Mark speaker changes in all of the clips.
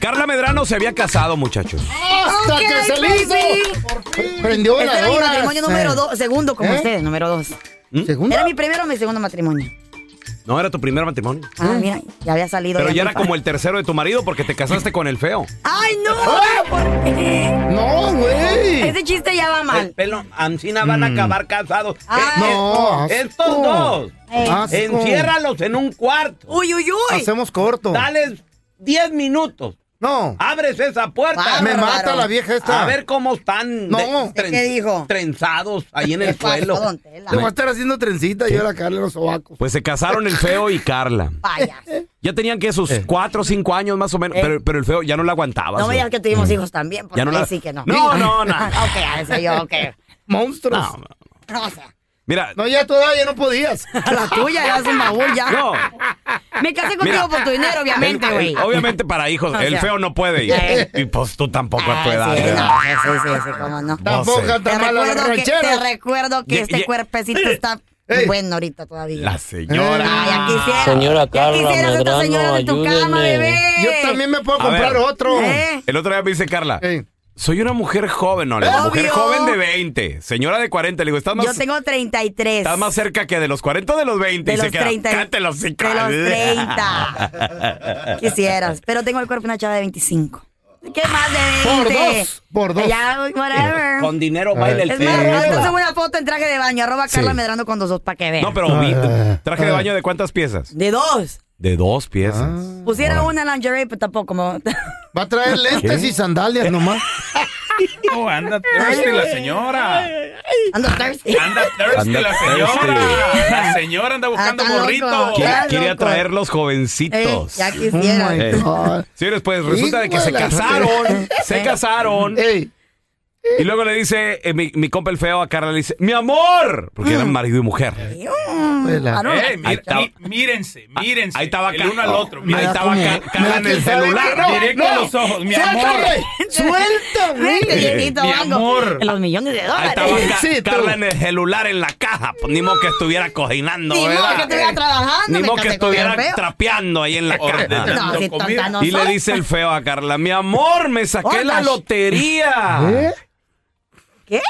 Speaker 1: Carla Medrano se había casado, muchachos.
Speaker 2: ¡Hasta
Speaker 3: Ok,
Speaker 2: que se le
Speaker 3: baby.
Speaker 2: hizo! Prendió
Speaker 3: Este
Speaker 2: las
Speaker 3: era mi
Speaker 2: horas.
Speaker 3: matrimonio número
Speaker 2: Eh,
Speaker 3: dos, segundo como
Speaker 2: ¿Eh?
Speaker 3: usted, número dos.
Speaker 2: ¿Segunda?
Speaker 3: Era mi primero o mi segundo matrimonio.
Speaker 1: No era tu primer matrimonio.
Speaker 3: Ah, mira, ya había salido.
Speaker 1: Pero ya
Speaker 3: muy
Speaker 1: era como el tercero de tu marido porque te casaste con el feo.
Speaker 3: fa- ¡Ay, no! ¿Por qué?
Speaker 2: No, güey.
Speaker 3: Ese chiste ya va mal.
Speaker 1: pelo, Ancina van a acabar casados. eh,
Speaker 3: Ah.
Speaker 2: No, asco.
Speaker 3: Eh.
Speaker 2: Asco.
Speaker 1: en un cuarto.
Speaker 3: Uy, uy, uy.
Speaker 2: Hacemos corto.
Speaker 1: Dales 10 minutos.
Speaker 2: No.
Speaker 1: Abres esa puerta.
Speaker 3: Ah,
Speaker 2: me
Speaker 3: bárbaro.
Speaker 2: mata la vieja esta.
Speaker 1: A ver cómo están
Speaker 2: No.
Speaker 1: de-
Speaker 3: Ah. ¿Qué dijo?
Speaker 1: trenzados ahí en
Speaker 3: ¿Qué
Speaker 1: el
Speaker 3: pasó,
Speaker 1: suelo.
Speaker 3: don Tela?
Speaker 2: Le voy a estar haciendo trencita y yo la Carla en los sobacos.
Speaker 1: Pues se casaron el feo y Carla.
Speaker 3: Vaya.
Speaker 1: Ya tenían que sus cuatro o cinco años más o menos,
Speaker 3: Eh.
Speaker 1: pero, pero el feo ya no la aguantaba. Mm.
Speaker 3: No me
Speaker 1: güey.
Speaker 3: digas que tuvimos hijos también, porque
Speaker 1: Ya no la-
Speaker 3: ahí sí que no.
Speaker 1: No, no, no.
Speaker 3: ok, a eso yo, ok.
Speaker 2: Monstruos.
Speaker 1: No,
Speaker 2: No,
Speaker 3: No, o sea,
Speaker 1: mira,
Speaker 2: ya todavía no podías.
Speaker 3: la tuya ya es un baúl ya.
Speaker 1: no.
Speaker 3: Me casé contigo
Speaker 1: Mira.
Speaker 3: por tu dinero, obviamente,
Speaker 1: el-
Speaker 3: güey.
Speaker 1: el- obviamente para hijos,
Speaker 3: O
Speaker 1: el
Speaker 3: sea.
Speaker 1: feo no puede.
Speaker 3: Eh.
Speaker 1: Y, y pues tú tampoco a tu
Speaker 3: Ay,
Speaker 1: edad.
Speaker 3: sí,
Speaker 1: ¿verdad?
Speaker 3: no, sí, sí, sí, cómo no.
Speaker 2: Tampoco
Speaker 1: sé.
Speaker 3: Te
Speaker 2: tan ¿eh? mala la
Speaker 3: recuerdo, que, te
Speaker 2: ranchera.
Speaker 3: recuerdo que
Speaker 1: Ye-
Speaker 3: este
Speaker 1: ye-
Speaker 3: cuerpecito está
Speaker 2: Ey.
Speaker 3: bueno ahorita todavía.
Speaker 1: La señora.
Speaker 3: Ay, ya quisiera.
Speaker 4: Señora
Speaker 3: ya
Speaker 4: Carla
Speaker 3: quisieras esta
Speaker 4: Medrano,
Speaker 3: señora de tu cama,
Speaker 4: ayúdeme.
Speaker 3: bebé.
Speaker 2: Yo también me puedo
Speaker 1: A
Speaker 2: comprar
Speaker 1: ver.
Speaker 2: otro.
Speaker 3: ¿Eh?
Speaker 1: El otro día me dice Carla,
Speaker 2: Ey.
Speaker 1: soy una mujer joven, no, la
Speaker 3: Obvio.
Speaker 1: mujer joven de 20, señora de 40. Le digo, estás más,
Speaker 3: Yo tengo 33.
Speaker 1: estás más cerca que de los 40 o de los 20.
Speaker 3: de
Speaker 1: y
Speaker 3: los
Speaker 1: se queda,
Speaker 3: 30.
Speaker 1: "Cállate los hocico".
Speaker 3: de los 30. Quisieras, pero tengo el cuerpo de una chava de 25. ¿Qué más de
Speaker 2: Por
Speaker 3: 20?
Speaker 2: dos, por dos.
Speaker 3: Ya, whatever.
Speaker 1: Con dinero baila el
Speaker 3: es
Speaker 1: feo.
Speaker 3: más, ahorita subo una foto en traje de baño. Arroba Carla Medrano con dos dos para que vean.
Speaker 1: No, pero vi-
Speaker 2: Ah.
Speaker 1: traje de baño de cuántas piezas? Ah.
Speaker 3: De dos.
Speaker 1: De dos piezas.
Speaker 3: Pusiera una lingerie, pero tampoco. me-
Speaker 2: Va a traer lentes y sandalias nomás.
Speaker 5: No, anda thirsty la señora.
Speaker 3: Ando thirsty.
Speaker 5: Anda thirsty
Speaker 1: Anda
Speaker 5: la
Speaker 1: thirsty.
Speaker 5: señora. La señora anda buscando
Speaker 3: Ah, está
Speaker 5: morrito.
Speaker 3: loco.
Speaker 1: Quiere,
Speaker 3: Ya,
Speaker 1: quiere
Speaker 3: loco.
Speaker 1: atraer los
Speaker 3: Eh,
Speaker 1: jovencitos.
Speaker 3: ya
Speaker 2: Oh
Speaker 3: quisiera.
Speaker 2: my God.
Speaker 1: Señores, pues resulta de que se
Speaker 2: Híjole.
Speaker 1: casaron.
Speaker 3: Eh.
Speaker 1: Se casaron.
Speaker 2: Ey,
Speaker 1: Y luego le dice eh, mi, mi compa el feo a Carla, le dice, mi amor, porque
Speaker 2: Ah.
Speaker 1: eran marido y mujer.
Speaker 3: um,
Speaker 2: vela.
Speaker 3: Claro.
Speaker 5: Eh,
Speaker 1: Ahí
Speaker 5: mi-
Speaker 1: estaba- Ah,
Speaker 5: mi- mírense, mírense.
Speaker 1: Ahí estaba
Speaker 5: el
Speaker 1: Car-
Speaker 5: uno al otro.
Speaker 1: Ahí
Speaker 5: Mira,
Speaker 1: estaba
Speaker 2: Me da
Speaker 1: Car-
Speaker 2: como-
Speaker 1: Carla
Speaker 2: me
Speaker 1: en
Speaker 2: da
Speaker 1: el
Speaker 2: como-
Speaker 1: celular.
Speaker 2: No,
Speaker 5: directo a los ojos, mi amor.
Speaker 2: ¡Suéltame! ¡Suéltame!
Speaker 3: Vete, viejito
Speaker 5: Mi
Speaker 3: mango.
Speaker 5: amor.
Speaker 3: En los millones de
Speaker 1: Ahí
Speaker 3: dólares.
Speaker 1: estaba Ca-
Speaker 2: Sí, tú.
Speaker 1: Carla en el celular en la caja. Pues, ni modo que estuviera cocinando,
Speaker 3: Ni modo
Speaker 1: ¿verdad? Eh,
Speaker 3: que estuviera trabajando.
Speaker 1: Ni
Speaker 3: me
Speaker 1: modo que
Speaker 3: casé con el
Speaker 1: estuviera
Speaker 3: feo.
Speaker 1: trapeando ahí en la caja.
Speaker 5: Ordenando
Speaker 3: No, si
Speaker 5: comida.
Speaker 3: tonta no
Speaker 1: Y le
Speaker 3: soy.
Speaker 1: dice el feo a Carla, mi amor, me saqué la
Speaker 3: Ordash.
Speaker 1: lotería.
Speaker 2: ¿Eh?
Speaker 3: ¿Qué?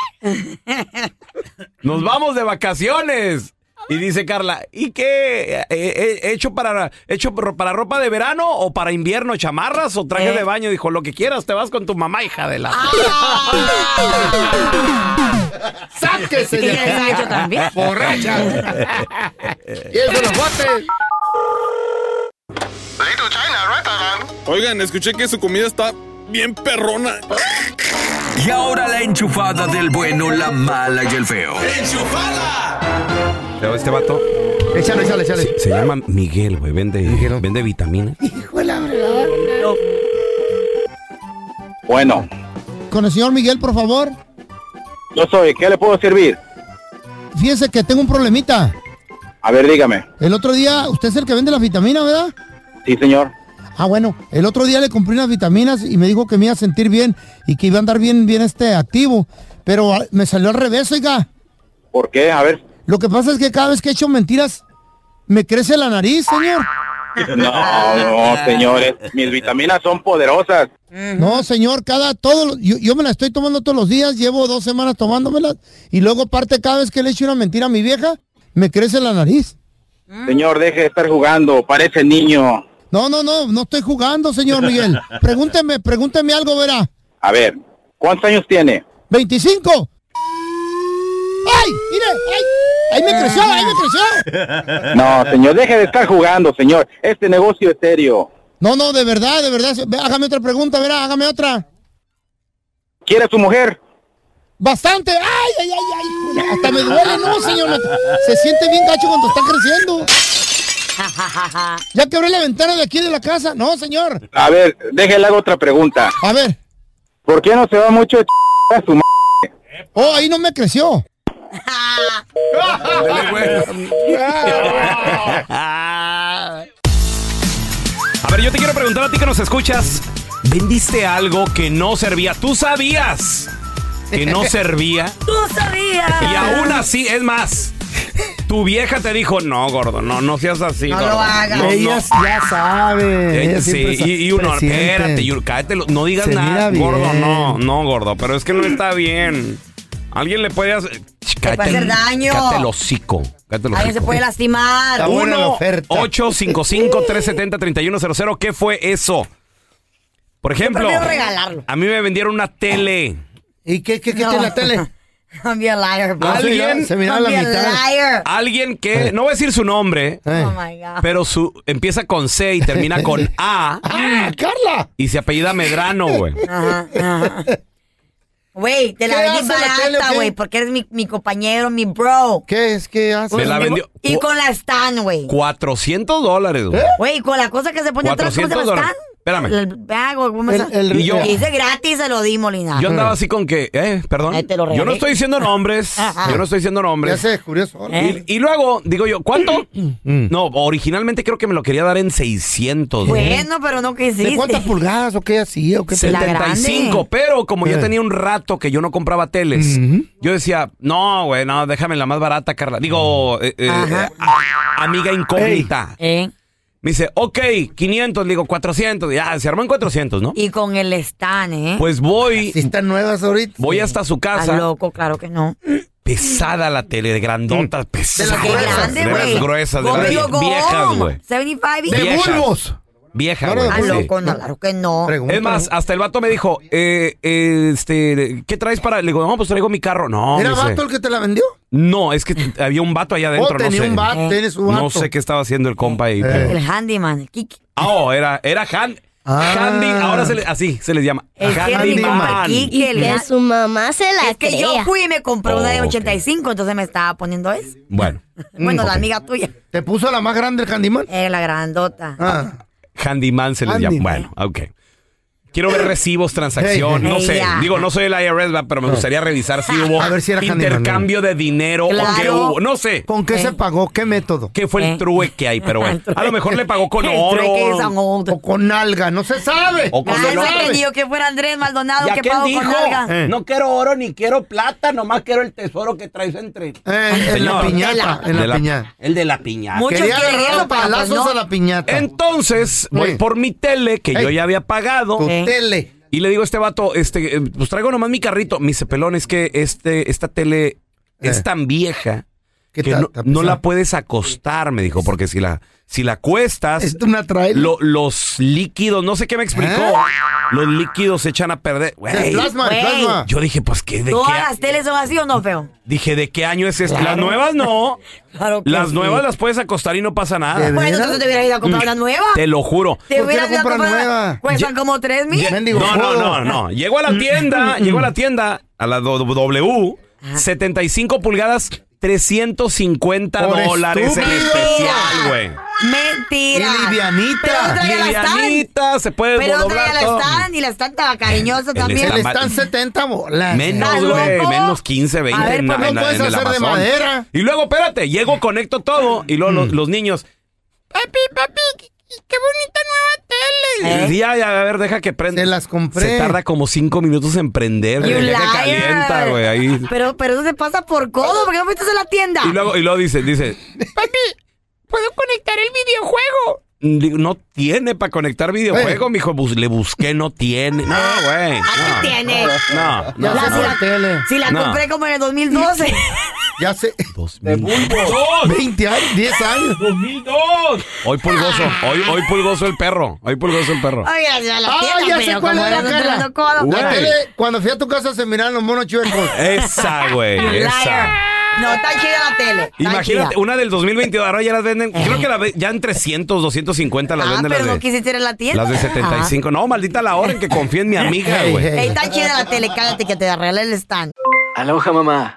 Speaker 1: Nos vamos de vacaciones. Y dice Carla, ¿y qué? Eh, eh, ¿Hecho, para, hecho por- para ropa de verano o para invierno? ¿Chamarras o traje
Speaker 3: Eh.
Speaker 1: de baño? Dijo, lo que quieras, te vas con tu mamá, hija de la...
Speaker 2: ¡Sáquese
Speaker 3: Y
Speaker 2: de
Speaker 3: el
Speaker 2: aquí!
Speaker 3: gancho también.
Speaker 2: ¡Borracha! ¡Y eso lo bote!
Speaker 6: Oigan, escuché que su comida está bien perrona.
Speaker 7: Y ahora la enchufada del bueno, la mala y el feo.
Speaker 1: Pero este vato
Speaker 2: Échale, échale, échale.
Speaker 1: se llama Miguel, güey. Vende,
Speaker 2: Miguelón.
Speaker 1: vende vitaminas.
Speaker 2: Hijo de la fregada.
Speaker 8: Bueno,
Speaker 2: Con el señor Miguel, por favor.
Speaker 8: yo soy, ¿qué le puedo servir?
Speaker 2: Fíjese que tengo un problemita.
Speaker 8: A ver, dígame.
Speaker 2: El otro día, usted es el que vende las vitaminas, ¿verdad?
Speaker 8: Sí, señor.
Speaker 2: Ah, bueno, el otro día le compré unas vitaminas y me dijo que me iba a sentir bien y que iba a andar bien, bien este activo. Pero ah, me salió al revés, oiga.
Speaker 8: ¿Por qué? A ver.
Speaker 2: Lo que pasa es que cada vez que he hecho mentiras, me crece la nariz, señor.
Speaker 8: No, no, señores. Mis vitaminas son poderosas.
Speaker 2: No, señor, cada todo, yo, yo me la estoy tomando todos los días, llevo dos semanas tomándomelas y luego parte cada vez que le echo una mentira a mi vieja, me crece la nariz.
Speaker 8: Señor, deje de estar jugando. Parece niño.
Speaker 4: No, no, no, no estoy jugando, señor Miguel. Pregúnteme, pregúnteme algo, verá.
Speaker 8: A ver, ¿cuántos años tiene?
Speaker 4: ¿25? ¡Ay! ¡Mire! ¡Ay! ¡Ahí me creció! ¡Ahí me creció!
Speaker 8: No, señor, deje de estar jugando, señor. Este negocio es serio.
Speaker 4: No, no, de verdad, de verdad. Ve, Hágame otra pregunta, verá, hágame otra.
Speaker 8: ¿Quiere a su mujer?
Speaker 4: Bastante. ¡Ay, ay, ay, ay! Hasta me duele, no, señor. Me- Se siente bien gacho cuando está creciendo. Ya quebré la ventana de aquí de la casa. No, señor.
Speaker 8: A ver, déjele hago otra pregunta.
Speaker 4: A ver.
Speaker 8: ¿Por qué no se va mucho de ch- a su m-?
Speaker 4: Oh, ahí no me creció.
Speaker 1: A ver, yo te quiero preguntar a ti que nos escuchas. ¿Vendiste algo que no servía? ¿Tú sabías que no servía?
Speaker 3: ¡Tú sabías!
Speaker 1: Y aún así, es más, tu vieja te dijo, no, gordo, no, no seas así.
Speaker 9: No
Speaker 1: gordo,
Speaker 9: lo hagas.
Speaker 1: no,
Speaker 2: Ella
Speaker 1: no".
Speaker 2: ya sabe.
Speaker 1: Eh,
Speaker 2: ella siempre
Speaker 1: sí,
Speaker 2: sa-
Speaker 1: y, y uno,
Speaker 2: presiente.
Speaker 1: espérate, Yur, cállate, lo- no digas
Speaker 2: Se
Speaker 1: nada,
Speaker 2: mira bien.
Speaker 1: gordo, no, no, gordo, pero es que no está bien. Alguien le puede hacer... Ch,
Speaker 3: puede
Speaker 1: cállate
Speaker 3: hacer
Speaker 1: el-
Speaker 3: daño.
Speaker 1: Cállate el hocico, cállate el
Speaker 3: Alguien se
Speaker 1: hocico.
Speaker 3: puede
Speaker 2: Está
Speaker 3: lastimar.
Speaker 2: buena la
Speaker 1: 1
Speaker 2: oferta.
Speaker 1: 855 370 3100 ¿Qué fue eso? Por ejemplo,
Speaker 3: prefiero regalarlo.
Speaker 1: a mí me vendieron una tele.
Speaker 2: ¿Y qué, qué, qué
Speaker 3: No.
Speaker 2: tiene la tele?
Speaker 3: Don't be a liar, bro.
Speaker 1: Alguien-
Speaker 2: Se miraba
Speaker 3: Don't
Speaker 2: la
Speaker 3: be a
Speaker 2: mitad.
Speaker 3: liar.
Speaker 1: Alguien
Speaker 3: Eh.
Speaker 1: que, no voy a decir su nombre,
Speaker 2: Eh.
Speaker 3: Oh my God.
Speaker 1: pero su empieza con C y termina con A
Speaker 4: ¡Ah, Carla!
Speaker 1: y se apellida Medrano, güey.
Speaker 3: Ajá, ajá. Güey, te la
Speaker 4: ¿Qué
Speaker 3: vendí
Speaker 4: hace la tele o
Speaker 3: barata,
Speaker 4: qué?
Speaker 3: güey, porque eres mi, mi compañero, mi bro.
Speaker 4: ¿Qué es? ¿Qué hace?
Speaker 1: Me la vendió
Speaker 3: Y
Speaker 1: cu-
Speaker 3: con ¿Eh? la Stan, güey.
Speaker 1: 400 dólares, güey.
Speaker 3: Güey, con la cosa que se pone atrás, ¿cómo se
Speaker 1: 400
Speaker 3: llama
Speaker 1: dólares.
Speaker 3: Stan?
Speaker 1: Espérame.
Speaker 3: El vago, ¿cómo
Speaker 4: El-
Speaker 3: se-
Speaker 4: el-
Speaker 1: Y yo-
Speaker 3: Y dice gratis, se lo di, Molina.
Speaker 1: Yo andaba así con que, eh, perdón.
Speaker 3: Ahí te lo
Speaker 1: Yo no
Speaker 3: regalé.
Speaker 1: estoy diciendo nombres.
Speaker 3: Ajá.
Speaker 1: Yo no estoy diciendo
Speaker 4: Ya
Speaker 1: nombres.
Speaker 4: se descubrió solo.
Speaker 3: ¿Eh?
Speaker 1: Y, y luego, digo yo, ¿cuánto?
Speaker 3: Mm.
Speaker 1: no, originalmente creo que me lo quería dar en 600. güey.
Speaker 3: Bueno, pero no
Speaker 4: ¿De
Speaker 3: quisiste.
Speaker 4: cuántas pulgadas o qué así? O qué
Speaker 3: Se la-
Speaker 1: 75,
Speaker 3: grande. Eh.
Speaker 1: pero como ya tenía un rato que yo no compraba teles, yo decía, no, güey, no, déjame la más barata, Carla. Digo, eh, eh,
Speaker 3: Mm. Ajá.
Speaker 1: a- amiga incógnita.
Speaker 3: ¿Eh?
Speaker 1: Me dice, ok, 500, le digo 400, ya, se armó en 400, ¿no?
Speaker 3: Y con el Stan, ¿eh?
Speaker 1: Pues
Speaker 4: Si
Speaker 1: voy,
Speaker 4: están nuevas ahorita.
Speaker 1: voy hasta su
Speaker 3: Está
Speaker 1: casa,
Speaker 3: loco, claro que no.
Speaker 1: pesada la tele, de grandotas, pesada.
Speaker 3: Qué Mm. grande,
Speaker 1: de
Speaker 3: güey.
Speaker 1: las gruesas, de las
Speaker 3: Gordo,
Speaker 1: vie- viejas,
Speaker 3: gordo.
Speaker 1: güey.
Speaker 3: 75 y...
Speaker 1: De
Speaker 4: ¡De
Speaker 1: viejas.
Speaker 4: bulbos!
Speaker 1: Vieja,
Speaker 4: Claro,
Speaker 1: güey.
Speaker 4: Ah,
Speaker 3: Está
Speaker 1: sí.
Speaker 3: loco, no, claro que no.
Speaker 4: Pregunta.
Speaker 1: Es más, hasta el vato me dijo, eh, eh, este, ¿qué traes para...? Le digo, no, pues traigo mi carro. No, me
Speaker 4: ¿Era
Speaker 1: dice,
Speaker 4: vato el que te la vendió?
Speaker 1: No, es que había un vato allá adentro,
Speaker 4: oh,
Speaker 1: no
Speaker 4: tenía
Speaker 1: sé.
Speaker 4: un vato, tienes un vato. Eh.
Speaker 1: No sé qué estaba haciendo el compa ahí. pero-
Speaker 3: El handyman, el Kiki.
Speaker 1: Ah, oh, era, era Han.
Speaker 4: Ah.
Speaker 1: Handy, ahora se le- así se les llama.
Speaker 3: El
Speaker 1: Handyman.
Speaker 3: handyman, el Kiki, el
Speaker 9: Que
Speaker 3: han-
Speaker 9: su mamá se la
Speaker 3: Es que yo
Speaker 9: crea.
Speaker 3: fui y me compré una de
Speaker 1: Oh, ok.
Speaker 3: 85, entonces me estaba poniendo eso.
Speaker 1: Bueno,
Speaker 3: Bueno, la amiga tuya,
Speaker 4: ¿Te puso la más grande el Candyman?
Speaker 3: eh, la grandota.
Speaker 4: Ah.
Speaker 1: Handyman se les
Speaker 4: Handyman.
Speaker 1: llama. Bueno, ok. Quiero ver recibos, transacción,
Speaker 4: Hey, Ah.
Speaker 1: no
Speaker 3: hey,
Speaker 1: sé.
Speaker 3: ya.
Speaker 1: Digo, no soy el IRS, va, pero me gustaría revisar si hubo
Speaker 4: A ver si era Handyman,
Speaker 1: intercambio de dinero o qué
Speaker 3: Claro.
Speaker 1: hubo. No sé
Speaker 4: ¿Con qué se pagó? ¿Qué método?
Speaker 1: qué fue el
Speaker 3: Eh.
Speaker 1: trueque ahí, pero bueno. A lo mejor le pagó con
Speaker 3: El trueque es an
Speaker 1: oro.
Speaker 3: old.
Speaker 4: ¿O con alga? No se sabe.
Speaker 1: O con
Speaker 3: Ay,
Speaker 1: dolor.
Speaker 3: se creyó que fuera Andrés Maldonado que pagó con alga.
Speaker 4: Eh.
Speaker 1: No quiero oro ni quiero plata, nomás quiero el tesoro que traes entre
Speaker 4: Eh, en la
Speaker 1: Señor.
Speaker 4: piñata, en
Speaker 1: De
Speaker 4: la piñata.
Speaker 1: El de la piñata.
Speaker 3: Muchos
Speaker 4: Quería
Speaker 3: quieren
Speaker 4: agarrar
Speaker 3: eso, pero pues
Speaker 4: palazos
Speaker 3: no.
Speaker 4: a la piñata.
Speaker 1: Entonces, voy
Speaker 4: Sí.
Speaker 1: por mi tele que yo
Speaker 4: Ey.
Speaker 1: ya había pagado.
Speaker 4: tu
Speaker 3: Eh.
Speaker 4: tele.
Speaker 1: Y le digo a este vato, este, eh, pues traigo nomás mi carrito. Me dice, pelón, es que este, esta tele
Speaker 4: Eh.
Speaker 1: es tan vieja
Speaker 4: ¿Qué
Speaker 1: que
Speaker 4: tal?
Speaker 1: no,
Speaker 4: ¿Te ha
Speaker 1: no la
Speaker 4: pasado?
Speaker 1: puedes acostar, me dijo, porque si la, si la cuestas,
Speaker 4: ¿Es una trailer?
Speaker 1: lo- los líquidos, no sé qué me explicó,
Speaker 4: ¿Eh?
Speaker 1: los líquidos se echan a perder.
Speaker 4: El
Speaker 1: Güey,
Speaker 4: plasma, el
Speaker 3: güey.
Speaker 4: plasma.
Speaker 1: yo dije, pues, ¿qué, de, qué,
Speaker 3: Todas
Speaker 1: a-
Speaker 3: las teles son así o no, feo.
Speaker 1: dije, ¿de qué año es esta? Las nuevas no.
Speaker 3: Claro que
Speaker 1: Las
Speaker 3: sí.
Speaker 1: nuevas las puedes acostar y no pasa nada.
Speaker 4: De
Speaker 3: Bueno,
Speaker 4: veras?
Speaker 3: entonces te hubieras ido a comprar una nueva.
Speaker 1: Te lo juro.
Speaker 4: ¿Por
Speaker 3: Te
Speaker 4: qué
Speaker 3: hubieras
Speaker 4: no
Speaker 3: ido a
Speaker 4: compras
Speaker 3: comprar
Speaker 4: nueva?
Speaker 3: Cuestan como 3 mil.
Speaker 1: Ye-
Speaker 4: Mendigo
Speaker 1: no, no,
Speaker 4: codo.
Speaker 1: no, no. Llego a la tienda, llego a la tienda, a la do- W,
Speaker 3: Ah.
Speaker 1: 75 pulgadas, 350
Speaker 4: Por
Speaker 1: dólares en
Speaker 4: estúpido.
Speaker 1: especial, güey.
Speaker 3: Mentira.
Speaker 4: Y livianita.
Speaker 3: Pero no traía la stand.
Speaker 1: Livianita, se puede
Speaker 3: Pero no traía
Speaker 1: doblar
Speaker 3: la
Speaker 1: todo.
Speaker 3: stand y la stand estaba cariñosa
Speaker 1: El
Speaker 3: también.
Speaker 1: stand-
Speaker 4: Le
Speaker 1: mal-
Speaker 4: están 70 bolas.
Speaker 1: Menos,
Speaker 3: ¿Estás
Speaker 1: güey,
Speaker 3: loco?
Speaker 1: menos 15, 20
Speaker 3: A ver,
Speaker 1: en,
Speaker 3: pues,
Speaker 1: la-
Speaker 4: no
Speaker 1: en la-
Speaker 4: puedes
Speaker 1: en el
Speaker 4: hacer de
Speaker 1: Amazon.
Speaker 4: madera. Mm.
Speaker 1: Y luego, espérate, llego, conecto todo y luego los, los niños... Papi, papi, qué bonita nueva tele. Ya, ya, a ver, deja que prenda.
Speaker 4: ¿Eh? Se las compré.
Speaker 1: Se tarda como 5 minutos en prender.
Speaker 3: You
Speaker 1: güey, ya que
Speaker 3: liar.
Speaker 1: calienta, güey, ahí...
Speaker 3: Pero, pero eso se pasa por codo, porque no fuiste a la tienda.
Speaker 1: Y luego, y luego dice, dice, papi, ¿puedo conectar el videojuego? Digo, No tiene para conectar videojuego, mijo. Bus- le busqué, no tiene. No, güey.
Speaker 3: Aquí
Speaker 1: No,
Speaker 3: tiene.
Speaker 1: no, no,
Speaker 4: Ya
Speaker 3: La-
Speaker 4: se
Speaker 1: no.
Speaker 4: fue la tele.
Speaker 3: Si la
Speaker 1: No.
Speaker 3: compré como en el 2012.
Speaker 2: Ya sé.
Speaker 1: De
Speaker 5: bulbo.
Speaker 2: 20 años, 10 años.
Speaker 5: 2002.
Speaker 1: Hoy pulgoso, hoy, hoy pulgoso el perro, hoy pulgoso el perro.
Speaker 3: Oiga, ya lo
Speaker 2: Ah,
Speaker 3: tiene,
Speaker 2: ya sé
Speaker 3: pero
Speaker 2: cuál
Speaker 3: como
Speaker 2: era,
Speaker 3: era otro
Speaker 2: Carla.
Speaker 3: lado, codo,
Speaker 1: Güey.
Speaker 2: La
Speaker 3: pero-
Speaker 2: tele, cuando fui a tu casa se miraban los monos chuencos.
Speaker 1: Esa, güey, esa.
Speaker 3: Liar. No, está chida la tele. está
Speaker 1: Imagínate,
Speaker 3: chida.
Speaker 1: una del 2022, ahora ya las venden, creo que la ve- ya en 300, 250 las
Speaker 3: Ah,
Speaker 1: venden
Speaker 3: pero Ah.
Speaker 1: las
Speaker 3: no
Speaker 1: de,
Speaker 3: quisiste ir a la tienda.
Speaker 1: las de 75. No, maldita la hora en que confía en mi amiga,
Speaker 2: Hey,
Speaker 1: güey.
Speaker 2: hey.
Speaker 3: Ey, está chida la tele, cállate que te arregle el stand.
Speaker 9: Aloha mamá.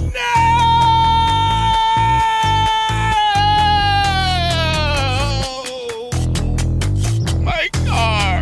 Speaker 6: My car.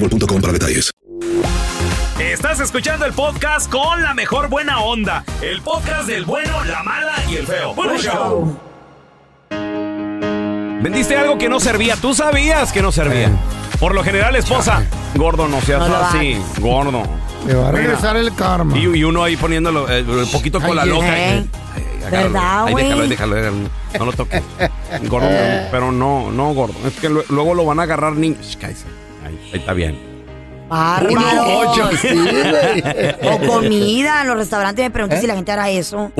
Speaker 10: para detalles.
Speaker 1: Estás escuchando el podcast con la mejor buena onda. El podcast del bueno, la mala y el feo. Bueno, show. Vendiste algo que no servía. Tú sabías que no servía. Por lo general, esposa. Gordo, no seas
Speaker 3: Eh. No lo
Speaker 1: así. Gordo.
Speaker 2: Me va a regresar el karma.
Speaker 1: Y, y uno ahí poniéndolo eh, un poquito con la
Speaker 2: Ay,
Speaker 1: loca.
Speaker 3: eh.
Speaker 1: Ay, ay, agárralo.
Speaker 3: ¿Verdad,
Speaker 1: Ay,
Speaker 3: güey?
Speaker 1: déjalo, ahí déjalo, déjalo. No lo toques. Gordo, pero no, no, gordo. Es que lue- luego lo van a agarrar niños. Cállese. Ahí, ahí está bien.
Speaker 3: Bárbaro.
Speaker 2: Sí, güey.
Speaker 3: O comida en los restaurantes. Me pregunté si la gente hará eso.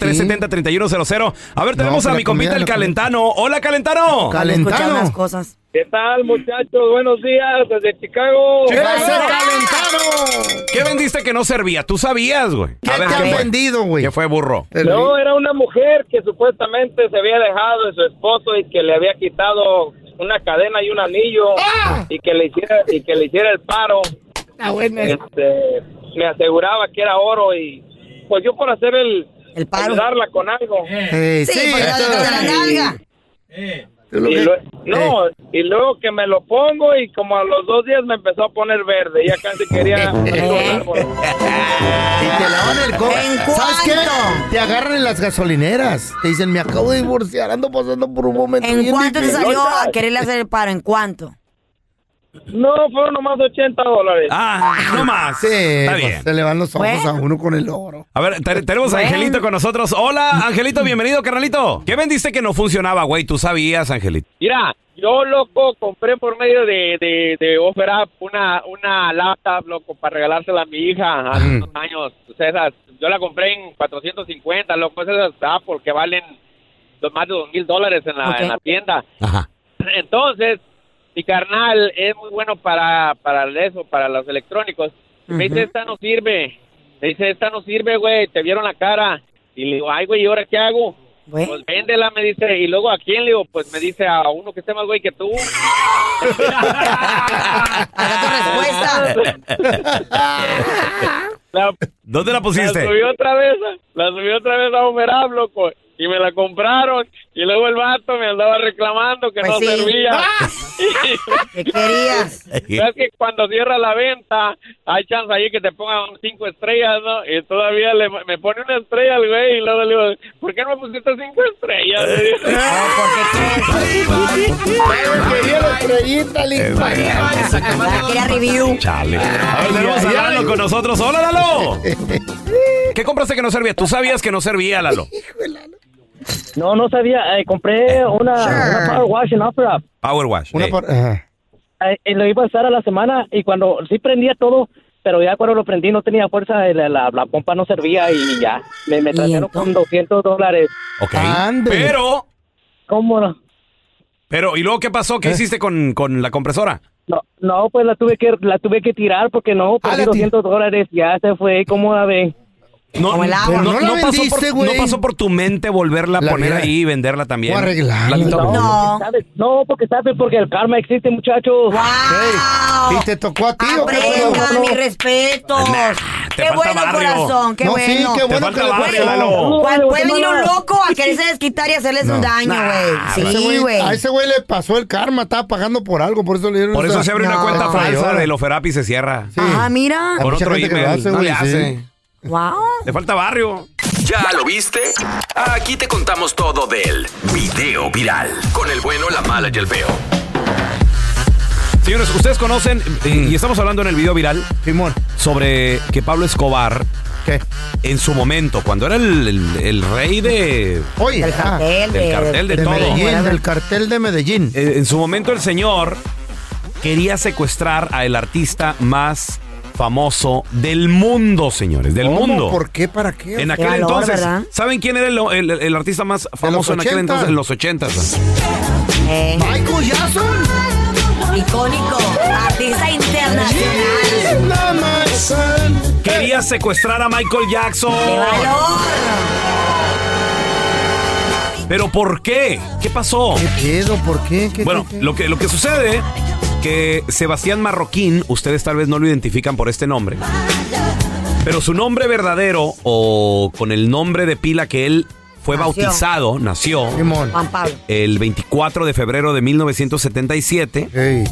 Speaker 1: 1-855-370-3100. A ver, tenemos
Speaker 2: No,
Speaker 1: a
Speaker 2: la
Speaker 1: mi compita
Speaker 2: comida,
Speaker 1: el
Speaker 2: la
Speaker 1: Calentano. Hola, Calentano.
Speaker 3: Escuchar unas
Speaker 2: Calentano.
Speaker 3: cosas.
Speaker 8: ¿Qué tal, muchachos? Buenos días desde Chicago.
Speaker 2: ¡Ese
Speaker 1: Calentano.
Speaker 2: calentano!
Speaker 1: ¿Qué vendiste que no servía? Tú sabías, güey.
Speaker 2: ¿Qué te han
Speaker 1: fue?
Speaker 2: vendido, güey?
Speaker 1: ¿Qué fue, burro?
Speaker 2: Te lo
Speaker 8: No, era una mujer que supuestamente se había dejado de su esposo y que le había quitado una cadena y un anillo
Speaker 5: ¡Ah!
Speaker 8: y que le hiciera y que le hiciera el paro. Este, me aseguraba que era oro y pues yo por hacer el
Speaker 3: El paro.
Speaker 8: ayudarla con algo.
Speaker 2: digo. Eh,
Speaker 3: Sí, porque la, la, la nalga.
Speaker 2: te lo-
Speaker 8: Y lue-
Speaker 2: Eh,
Speaker 8: no, y luego que me lo pongo y como a los dos días me empezó a poner verde, ya casi quería colgármelo.
Speaker 2: y te lavan el coco.
Speaker 3: ¿En
Speaker 2: ¿Sabes qué?
Speaker 3: cuánto?
Speaker 2: Te agarran en las gasolineras. Te dicen, me acabo de divorciar, ando pasando por un momento.
Speaker 3: ¿En
Speaker 2: bien
Speaker 3: cuánto te
Speaker 2: difícil".
Speaker 3: salió a quererle hacer el paro? ¿En cuánto?
Speaker 8: No, fueron nomás 80 dólares.
Speaker 1: Ah, no más.
Speaker 2: Sí,
Speaker 1: Está
Speaker 2: pues,
Speaker 1: bien.
Speaker 2: se le van los ojos
Speaker 3: Bueno.
Speaker 2: a uno con el oro.
Speaker 1: A ver, te- tenemos a
Speaker 3: Bueno.
Speaker 1: Angelito con nosotros. Hola, Angelito, bienvenido, carnalito. ¿Qué vendiste que no funcionaba, güey? Tú sabías, Angelito.
Speaker 8: Mira, yo, loco, compré por medio de, de, de Offer Up una, una laptop, loco, para regalársela a mi hija hace unos años. O sea, esas, yo la compré en 450, loco, esas Apple que valen dos- más de 2 mil dólares en la,
Speaker 3: Ok.
Speaker 8: en la tienda.
Speaker 1: Ajá.
Speaker 8: Entonces, mi carnal es muy bueno para, para eso, para los electrónicos. Y Me dice, esta no sirve. Me dice, esta no sirve, güey, te vieron la cara. Y le digo, ay, güey, ¿y ahora qué hago?
Speaker 3: Güey.
Speaker 8: Pues véndela, me dice. Y luego, ¿a quién? Le digo, pues me dice a uno que esté más güey que tú.
Speaker 3: Haga tu respuesta.
Speaker 8: La,
Speaker 1: ¿Dónde la
Speaker 8: la subí
Speaker 1: pusiste?
Speaker 8: otra vez, la subí otra vez a Uber Up, loco. Y me la compraron. Y luego el vato me andaba reclamando que
Speaker 3: Pues
Speaker 8: no
Speaker 3: sí.
Speaker 8: servía.
Speaker 3: ¿Qué querías?
Speaker 8: Sabes que cuando cierra la venta, hay chance ahí que te pongan cinco estrellas, ¿no? Y todavía le, me pone una estrella al güey y luego le digo, ¿por qué no me pusiste cinco estrellas? Le digo.
Speaker 1: Ah,
Speaker 2: Quería la estrellita, linda.
Speaker 3: Ah, Quería review.
Speaker 1: Chale. A ver, tenemos a
Speaker 2: ay,
Speaker 1: Lalo
Speaker 2: ay.
Speaker 1: con nosotros. Hola, Lalo. ¿Qué compraste que no servía? Tú sabías que no servía, Lalo.
Speaker 8: No, no sabía. eh, compré una, una Power Wash en Offer Up.
Speaker 1: Power Wash.
Speaker 2: Una
Speaker 1: eh.
Speaker 2: por- ajá.
Speaker 8: Eh, eh, lo iba a usar a la semana y cuando sí prendía todo, pero ya cuando lo prendí no tenía fuerza, eh, la, la, la pompa no servía y ya. Me, me
Speaker 3: ¿Y
Speaker 8: trajeron con 200 dólares.
Speaker 1: Ok.
Speaker 2: Ande.
Speaker 1: Pero,
Speaker 8: ¿Cómo no?
Speaker 1: pero, ¿y luego qué pasó? ¿Qué hiciste con, con la compresora?
Speaker 11: No, no, pues la tuve que la tuve que tirar porque no, perdí 200 dólares, ya se fue, ¿cómo la ven?
Speaker 1: No,
Speaker 11: Como el agua. Pero
Speaker 1: no,
Speaker 11: no la
Speaker 1: no pasó
Speaker 11: vendiste,
Speaker 1: por, no
Speaker 11: güey.
Speaker 1: pasó por tu mente volverla a
Speaker 11: La
Speaker 1: poner
Speaker 11: vida.
Speaker 1: ahí y venderla también.
Speaker 11: O
Speaker 1: arreglar.
Speaker 11: No, porque sabes- no, porque sabes, porque el karma existe, muchachos.
Speaker 2: Y te tocó a ti,
Speaker 11: ¿o qué?
Speaker 3: Venga, Ah. mi respeto. qué
Speaker 11: falta
Speaker 3: bueno
Speaker 11: barrio.
Speaker 3: corazón, qué
Speaker 11: No, sí,
Speaker 3: bueno.
Speaker 11: qué Te bueno que falta le- barrio,
Speaker 3: Güey,
Speaker 11: Lalo.
Speaker 3: cual- Puede
Speaker 4: Guatemala.
Speaker 3: venir un loco a quererse desquitar y hacerles un daño, güey.
Speaker 4: A ese
Speaker 11: pues,
Speaker 3: sí, güey.
Speaker 4: A ese güey le pasó el karma, estaba pagando por algo, por eso le dieron
Speaker 1: Por eso
Speaker 4: esa-
Speaker 1: se abre una
Speaker 4: No.
Speaker 1: cuenta
Speaker 4: Esa
Speaker 1: falsa
Speaker 4: freidora.
Speaker 1: de Loferapi y se cierra.
Speaker 3: Ajá, mira.
Speaker 1: Por
Speaker 4: mucha
Speaker 1: otro
Speaker 4: gente que lo
Speaker 1: email.
Speaker 4: hace,
Speaker 1: no
Speaker 4: güey,
Speaker 1: le
Speaker 4: sí.
Speaker 1: hace.
Speaker 3: Wow.
Speaker 1: Le falta barrio.
Speaker 7: ¿Ya lo viste? Aquí te contamos todo del video viral. Con el bueno, la mala y el feo.
Speaker 1: Señores, ustedes conocen, eh,
Speaker 2: Mm.
Speaker 1: y estamos hablando en el video viral, sobre que Pablo Escobar, en su momento, cuando era el, el- el rey de... eh,
Speaker 2: Oye,
Speaker 1: del
Speaker 2: ah,
Speaker 1: cartel de, todo.
Speaker 2: Medellín, del cartel de Medellín.
Speaker 1: Eh, En su momento el señor quería secuestrar al artista más famoso del mundo, señores, del
Speaker 2: ¿Cómo?
Speaker 1: mundo.
Speaker 2: ¿Por qué? ¿Para qué?
Speaker 1: En aquel entonces, ¿saben quién era el, el- el artista más famoso en aquel
Speaker 2: 80?
Speaker 1: entonces? En los 80.
Speaker 3: Michael
Speaker 2: Jackson.
Speaker 3: ¿eh? Icónico. Artista internacional.
Speaker 1: Quería secuestrar a Michael Jackson. ¿Pero por qué? ¿Qué pasó?
Speaker 2: ¿Qué pedo? ¿Por qué? ¿Qué-
Speaker 1: Bueno,
Speaker 2: qué- qué?
Speaker 1: lo que, lo que sucede que Sebastián Marroquín, ustedes tal vez no lo identifican por este nombre, pero su nombre verdadero o con el nombre de pila que él fue
Speaker 3: Nació.
Speaker 1: bautizado, nació
Speaker 3: Juan Pablo.
Speaker 1: el 24 de febrero de 1977.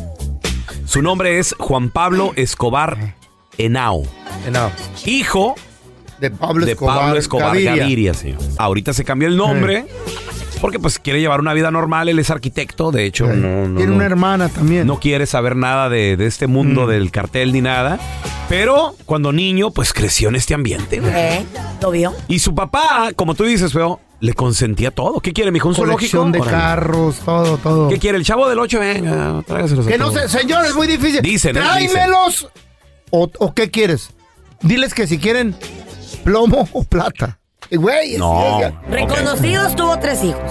Speaker 1: Su nombre es Juan Pablo Escobar Henao. Hijo
Speaker 2: de Pablo
Speaker 1: Escobar,
Speaker 2: Escobar Gaviria.
Speaker 1: Gaviria. señor. Ahorita se cambió el nombre porque pues quiere llevar una vida normal. Él es arquitecto, de hecho. no- no-
Speaker 2: Tiene
Speaker 1: no.
Speaker 2: una hermana Mm. también.
Speaker 1: No quiere saber nada de, de este mundo del cartel ni nada. Pero cuando niño, pues creció en este ambiente. güey.
Speaker 3: ¿Eh? ¿Lo vio?
Speaker 1: Y su papá, como tú dices, feo, le consentía todo. ¿Qué quiere, mijo? ¿Un zoológico?
Speaker 2: Colección de
Speaker 1: Órale.
Speaker 2: carros, todo, todo.
Speaker 1: ¿Qué quiere? El chavo del 8, venga, trágaselos a
Speaker 2: Que no
Speaker 1: todos.
Speaker 2: sé, señor, es muy difícil.
Speaker 1: Dicen, ¿eh?
Speaker 2: Tráimelos. O, o qué quieres? Diles que si quieren plomo o plata. Y, Güey, es-
Speaker 1: No.
Speaker 2: es-
Speaker 3: Reconocidos tuvo tres hijos.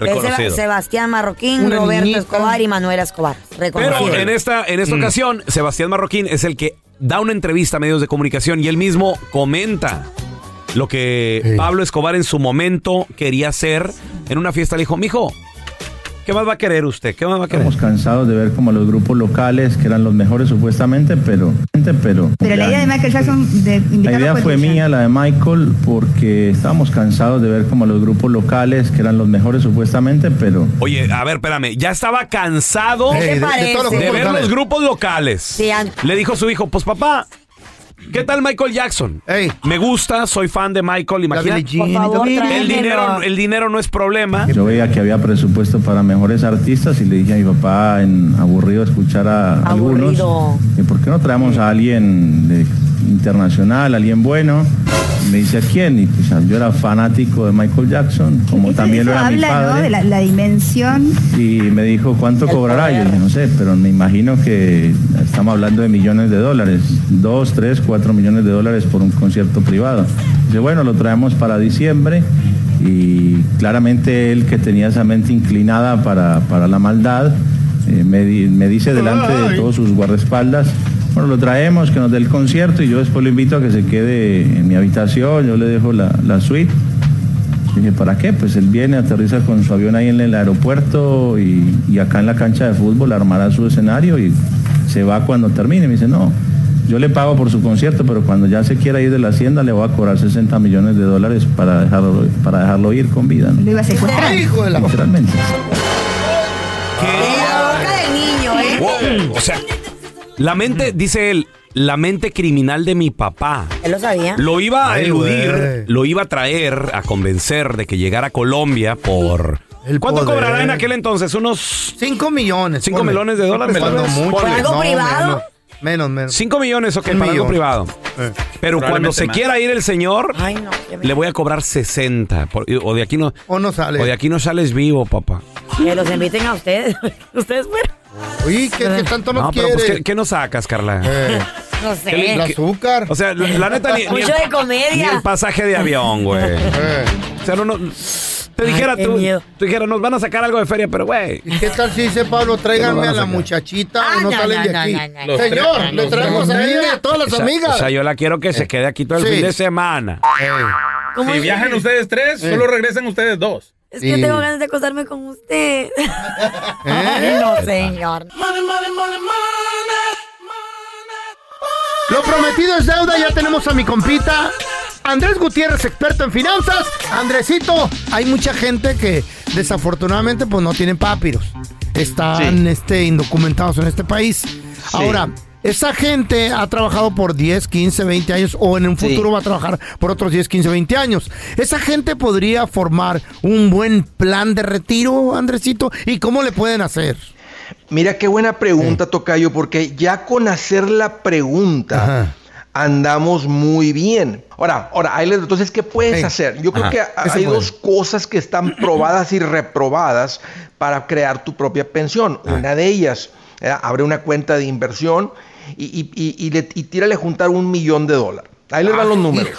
Speaker 1: Reconocido.
Speaker 3: Seb- Sebastián Marroquín,
Speaker 2: Una
Speaker 3: Roberto
Speaker 2: niñita.
Speaker 3: Escobar y Manuel Escobar. Reconocido.
Speaker 1: Pero en esta, en esta ocasión, Sebastián Marroquín es el que da una entrevista a medios de comunicación y él mismo comenta lo que Pablo Escobar en su momento quería hacer en una fiesta. Le dijo, mijo, ¿qué más va a querer usted? ¿Qué más va a querer?
Speaker 12: Estamos cansados de ver como los grupos locales, que eran los mejores supuestamente, pero... Pero,
Speaker 13: Pero la
Speaker 12: ya.
Speaker 13: idea de Michael Jackson de
Speaker 12: La
Speaker 13: invitarlo
Speaker 12: idea
Speaker 13: fue
Speaker 12: fue mía, la de Michael, porque estábamos cansados de ver como los grupos locales, que eran los mejores supuestamente, pero...
Speaker 1: Oye, a ver, espérame, ya estaba cansado
Speaker 12: ¿Qué te
Speaker 1: de,
Speaker 12: parece?
Speaker 1: de
Speaker 12: grupos
Speaker 1: ver
Speaker 12: locales.
Speaker 1: los grupos locales. Le dijo su hijo, pues papá, ¿qué tal Michael Jackson? Me gusta, soy fan de Michael,
Speaker 2: Billie
Speaker 1: imagínate.
Speaker 2: Jean y Por favor, todo.
Speaker 1: el, dinero,
Speaker 2: tráemelo.
Speaker 1: el dinero no es problema.
Speaker 12: Yo veía que había presupuesto para mejores artistas y le dije a mi papá, en, aburrido escuchar a
Speaker 3: Aburrido.
Speaker 12: algunos, que ¿por qué no traemos a alguien de- internacional, alguien bueno? Y me dice, ¿a quién? Y pues, yo era fanático de Michael Jackson, como también
Speaker 13: Eso
Speaker 12: lo era mi
Speaker 13: habla, ¿no?
Speaker 12: padre.
Speaker 13: De la, la dimensión.
Speaker 12: Y me dijo, ¿cuánto cobrará? Yo le dije, no sé, pero me imagino que estamos hablando de millones de dólares. Dos, tres, cuatro millones de dólares por un concierto privado. Dice, bueno, lo traemos para diciembre. Y claramente él que tenía esa mente inclinada para, para la maldad, eh, me, di- me dice delante de todos sus guardaespaldas, bueno, lo traemos, que nos dé el concierto y yo después lo invito a que se quede en mi habitación, yo le dejo la, la suite. Dije, ¿para qué? Pues él viene, aterriza con su avión ahí en el aeropuerto y, y acá en la cancha de fútbol armará su escenario y se va cuando termine. Me dice, no, yo le pago por su concierto, pero cuando ya se quiera ir de la hacienda le voy a cobrar 60 millones de dólares para dejarlo, para dejarlo ir con vida. ¿no?".
Speaker 13: Lo iba a secuestrar.
Speaker 12: Literalmente.
Speaker 3: del niño, ¿eh?
Speaker 1: Wow, O sea, la mente, dice él, la mente criminal de mi papá.
Speaker 3: Él lo sabía.
Speaker 1: Lo iba a
Speaker 3: Ay,
Speaker 1: eludir, lo iba a traer, a convencer de que llegara a Colombia por... ¿Cuánto
Speaker 2: poder.
Speaker 1: cobrará en aquel entonces? Unos...
Speaker 2: 5 millones.
Speaker 1: 5
Speaker 2: ponle.
Speaker 1: millones de dólares. tal
Speaker 2: Cuando
Speaker 1: vez.
Speaker 2: mucho.
Speaker 1: Ponle.
Speaker 2: No, Menos, menos.
Speaker 1: 5 millones, ok,
Speaker 2: Un
Speaker 1: para algo
Speaker 2: millón.
Speaker 1: privado. Pero cuando se
Speaker 2: Probablemente más.
Speaker 1: quiera ir el señor, le voy a cobrar 60. por- o de aquí no...
Speaker 2: O no sale.
Speaker 1: O de aquí no sales vivo, papá.
Speaker 3: Que los inviten a ustedes. ustedes fueron.
Speaker 2: Oye, ¿qué, qué tanto nos
Speaker 1: No, pero
Speaker 2: quiere?
Speaker 1: pues, ¿qué, qué nos sacas, Carla?
Speaker 4: Eh.
Speaker 3: No
Speaker 1: ¿Qué le-
Speaker 3: sé.
Speaker 1: qué- O sea,
Speaker 3: Pues
Speaker 1: la, la neta ni, ni
Speaker 3: Mucho
Speaker 1: el,
Speaker 3: de comedia.
Speaker 4: Eh.
Speaker 1: ni el pasaje de avión, güey. O sea, no, no- Te dijera tú, tú dijera, nos van a sacar algo de feria, pero güey.
Speaker 2: ¿Qué tal si dice Pablo, tráiganme a la muchachita o no,
Speaker 4: Ah, no,
Speaker 2: salen de
Speaker 4: no,
Speaker 2: aquí?
Speaker 4: no, no,
Speaker 1: no.
Speaker 2: Señor,
Speaker 4: Los
Speaker 2: le traemos
Speaker 4: tres.
Speaker 2: a ella y a todas las
Speaker 1: Esa-
Speaker 2: amigas.
Speaker 1: O sea, yo la quiero que se quede aquí todo el
Speaker 5: Sí.
Speaker 1: fin de semana.
Speaker 14: Eh,
Speaker 5: Si viajan ustedes tres,
Speaker 1: Eh.
Speaker 5: solo regresan ustedes dos.
Speaker 3: Es que tengo ganas de acostarme con usted. No, señor.
Speaker 2: Lo prometido es deuda, ya tenemos a mi compita. Andrés Gutiérrez, experto en finanzas. Andresito, hay mucha gente que desafortunadamente pues no tienen papiros. Están este, indocumentados en este país. Ahora, esa gente ha trabajado por 10, 15, 20 años o en un
Speaker 14: Sí.
Speaker 2: futuro va a trabajar por otros 10, 15, 20 años. Esa gente podría formar un buen plan de retiro, Andresito. ¿Y cómo le pueden hacer?
Speaker 14: Mira qué buena pregunta, Tocayo, porque ya con hacer la pregunta andamos muy bien. Ahora, ahora, ahí les- entonces, ¿qué puedes
Speaker 15: Ey.
Speaker 14: hacer? Yo creo
Speaker 15: Ajá.
Speaker 14: que ha-
Speaker 15: ¿Qué se
Speaker 14: hay
Speaker 15: puede?
Speaker 14: dos cosas que están probadas y reprobadas para crear tu propia pensión. Una de ellas, eh, abre una cuenta de inversión y, y- y- y le- y tírale a juntar un millón de dólares. Ahí
Speaker 5: Ah,
Speaker 14: les van los números.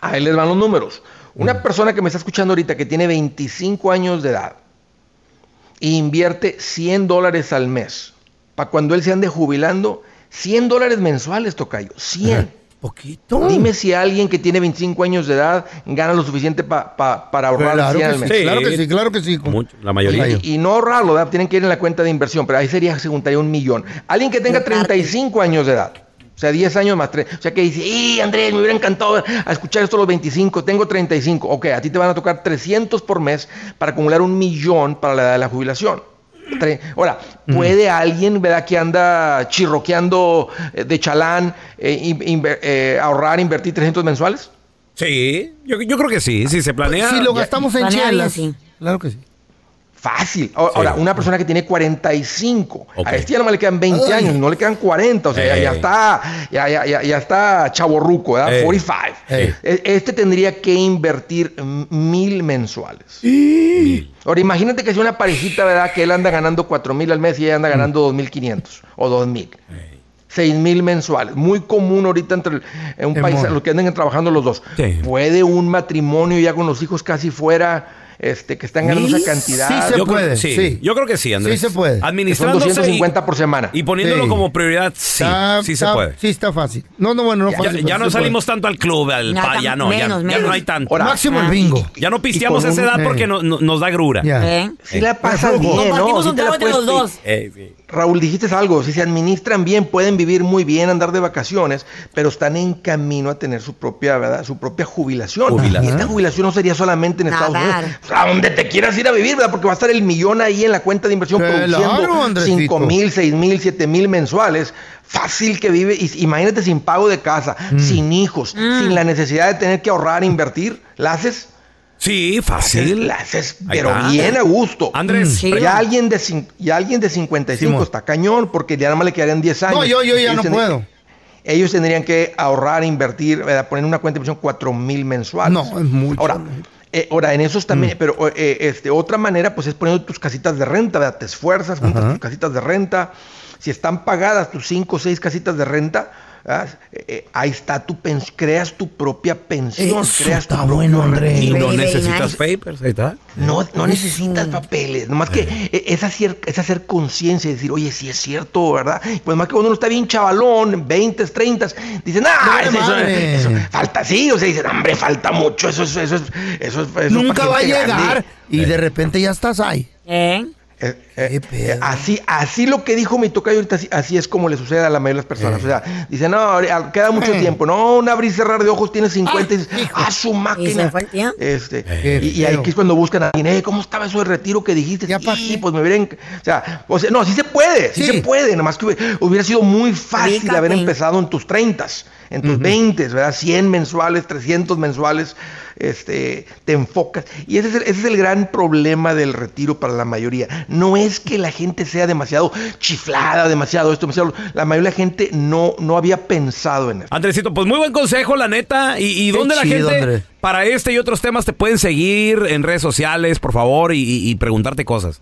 Speaker 14: Ahí les van los números.
Speaker 5: Mm.
Speaker 14: Una persona que me está escuchando ahorita que tiene 25 años de edad e invierte 100 dólares al mes para cuando él se ande jubilando, 100 dólares mensuales, Tocayo. 100.
Speaker 2: Poquito.
Speaker 14: Dime si alguien que tiene 25 años de edad gana lo suficiente pa- pa- para ahorrar
Speaker 2: Claro
Speaker 14: 100
Speaker 2: que
Speaker 14: al
Speaker 2: sí,
Speaker 14: mes.
Speaker 2: claro que sí, claro que sí.
Speaker 1: Mucho, la mayoría.
Speaker 14: Y, y no ahorrarlo, ¿verdad? tienen que ir en la cuenta de inversión, pero ahí sería, se juntaría un millón. Alguien que tenga 35 años de edad, o sea, 10 años más 3, o sea, que dice, ¡y Andrés, me hubiera encantado a escuchar esto a los 25, tengo 35! Ok, a ti te van a tocar 300 por mes para acumular un millón para la edad de la jubilación. Tre- Ahora, ¿puede alguien, verdad, que anda chirroqueando eh, de chalán, eh, in- inver- eh, ahorrar, invertir 300 mensuales?
Speaker 1: Sí, yo, yo creo que sí, si se planea.
Speaker 14: Si lo gastamos en Planea bien, chelas. sí.
Speaker 2: Claro que sí.
Speaker 14: Fácil. Ahora, ahora, una persona que tiene 45, a este ya nomás le quedan 20
Speaker 2: Ay.
Speaker 14: años, no le quedan 40, o sea, ya- ya,
Speaker 2: Ey.
Speaker 14: está, ya, ya, ya, ya está chaborruco, ¿verdad? 45.
Speaker 2: Ey.
Speaker 14: E- Este tendría que invertir mm, mil mensuales. Ahora, imagínate que sea una parejita, ¿verdad? Que él anda ganando 4 mil al mes y ella anda ganando 2,500 o 2 mil. 6 mil mensuales. Muy común ahorita entre el- en un país,
Speaker 2: Temor.
Speaker 14: los que andan trabajando los dos. ¿Puede un matrimonio ya con los hijos casi fuera, este, que están ganando esa cantidad?
Speaker 1: Yo creo- Yo creo que sí, Andrés.
Speaker 14: Sí se puede.
Speaker 1: Administrándose
Speaker 14: Son 250
Speaker 1: y-
Speaker 14: por semana.
Speaker 1: Y poniéndolo
Speaker 14: Sí.
Speaker 1: como prioridad, sí,
Speaker 2: Está-
Speaker 1: sí se
Speaker 2: está-
Speaker 1: puede.
Speaker 2: Sí está fácil. No, no, bueno, no
Speaker 1: Ya-
Speaker 2: fácil.
Speaker 1: ya
Speaker 2: pero
Speaker 1: no
Speaker 2: sí se
Speaker 1: salimos tanto al club, al
Speaker 2: Nada,
Speaker 1: pa- ya no, ya,
Speaker 2: menos,
Speaker 1: ya
Speaker 2: menos.
Speaker 1: no hay tanto.
Speaker 2: Ahora, Máximo
Speaker 14: Ah,
Speaker 2: el bingo.
Speaker 1: Ya no
Speaker 2: Y
Speaker 1: pisteamos a
Speaker 2: con
Speaker 1: esa
Speaker 2: un-
Speaker 1: edad porque
Speaker 2: eh.
Speaker 1: no- no- nos da grura.
Speaker 2: Ya.
Speaker 1: Eh.
Speaker 14: Si la pasas bien, ¿no? pues,
Speaker 3: Compartimos
Speaker 14: Sí
Speaker 3: un
Speaker 14: te la
Speaker 3: trago entre los
Speaker 14: puedes-
Speaker 3: dos.
Speaker 1: Eh, sí.
Speaker 14: Raúl, dijiste algo, si se administran bien, pueden vivir muy bien, andar de vacaciones, pero están en camino a tener su propia, ¿verdad? Su propia jubilación.
Speaker 1: Jubilación.
Speaker 14: Y esta jubilación no sería solamente en Estados
Speaker 3: Nadar.
Speaker 14: Unidos. O sea, a donde te quieras ir a vivir, ¿verdad? Porque va a estar el millón ahí en la cuenta de inversión
Speaker 2: Claro,
Speaker 14: produciendo
Speaker 2: Andresito.
Speaker 14: 5 mil, 6 mil, 7 mil mensuales. Fácil que vive. Y, imagínate sin pago de casa,
Speaker 2: Mm.
Speaker 14: sin hijos, sin la necesidad de tener que ahorrar, invertir. ¿La haces?
Speaker 1: Sí, fácil.
Speaker 14: La haces,
Speaker 1: Ahí
Speaker 14: pero
Speaker 1: está.
Speaker 14: bien a gusto.
Speaker 1: Andrés, Sí.
Speaker 14: ya alguien de, cin- ya alguien de 55 está cañón porque ya nada más le quedarían 10 años.
Speaker 2: No, yo- yo ya no
Speaker 14: tendrían-
Speaker 2: puedo.
Speaker 14: Ellos tendrían que ahorrar, invertir, ¿verdad? poner en una cuenta de inversión 4 mil mensuales.
Speaker 2: No, es mucho.
Speaker 14: Ahora, eh, ahora, en esos también, pero eh, este, otra manera, pues es poniendo tus casitas de renta, ¿verdad? Te esfuerzas, juntas tus casitas de renta. Si están pagadas tus cinco o seis casitas de renta, ¿verdad? Eh, eh, ahí está tu pensión, creas tu propia pensión,
Speaker 2: Eso
Speaker 14: creas tu
Speaker 2: está
Speaker 14: propio
Speaker 2: bueno, Andrés.
Speaker 14: retiro.
Speaker 2: Y no
Speaker 1: necesitas papers, ahí está.
Speaker 14: No, no necesitas papeles, nomás que e- es hacer, es hacer conciencia y decir, oye, sí es cierto, ¿verdad? Pues más que cuando uno está bien chavalón, 20, 30, dicen, ah,
Speaker 2: Vale
Speaker 14: eso- eso-
Speaker 2: madre.
Speaker 14: eso- falta, sí, o sea, dicen, hombre, falta mucho, eso es, eso es, eso es- eso
Speaker 2: puede.
Speaker 14: es
Speaker 2: Nunca
Speaker 14: para
Speaker 2: va a
Speaker 14: gente grande".
Speaker 2: llegar y
Speaker 1: Eh.
Speaker 2: de repente ya estás ahí.
Speaker 14: Eh, eh, eh, así, así lo que dijo mi tocayo ahorita, así, así es como le sucede a la mayoría de las personas. O sea, dicen, no, ahora- queda mucho
Speaker 2: Eh.
Speaker 14: tiempo. No, un abrir y cerrar de ojos tiene 50 y dices, ah, su máquina.
Speaker 3: fue el tiempo.
Speaker 14: Este,
Speaker 1: Eh.
Speaker 2: Qué
Speaker 14: y, y ahí
Speaker 2: feo.
Speaker 14: que es cuando buscan a alguien, "Eh, ¿cómo estaba eso de retiro que dijiste? Ya sí, pues me hubieran. O sea, o sea, no, sí se puede, sí,
Speaker 2: Sí.
Speaker 14: se puede, nomás que hubiera, hubiera sido muy fácil haber empezado en tus 30, en tus 20, ¿verdad? 100 mensuales, 300 mensuales, este, te enfocas. Y ese es, el, ese es el gran problema del retiro para la mayoría. No es que la gente sea demasiado chiflada, demasiado esto, demasiado. lo- La mayoría de la gente no, no había pensado en eso.
Speaker 1: Andresito, pues muy buen consejo, la neta. ¿Y, y
Speaker 14: Qué
Speaker 1: dónde la
Speaker 14: chido,
Speaker 1: gente
Speaker 14: Andrés.
Speaker 1: para este y otros temas te pueden seguir en redes sociales, por favor, y, y- y preguntarte cosas?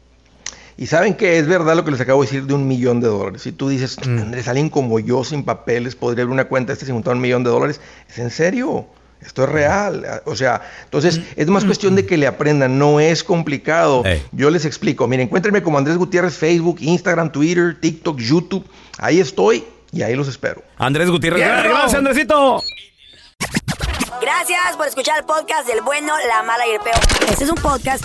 Speaker 14: Y saben que es verdad lo que les acabo de decir de un millón de dólares. Si tú dices, Andrés, alguien como yo sin papeles podría abrir una cuenta de este sin juntar un millón de dólares, ¿es en serio? Esto es real. O sea, entonces es más cuestión de que le aprendan. No es complicado.
Speaker 1: Eh,
Speaker 14: Yo les explico. Miren, encuéntrenme como Andrés Gutiérrez, Facebook, Instagram, Twitter, TikTok, YouTube. Ahí estoy y ahí los espero.
Speaker 1: Andrés Gutiérrez.
Speaker 14: ¡Fierro!
Speaker 1: Gracias, Andresito.
Speaker 3: Gracias por escuchar el podcast del bueno, la mala y el peor. Este es un podcast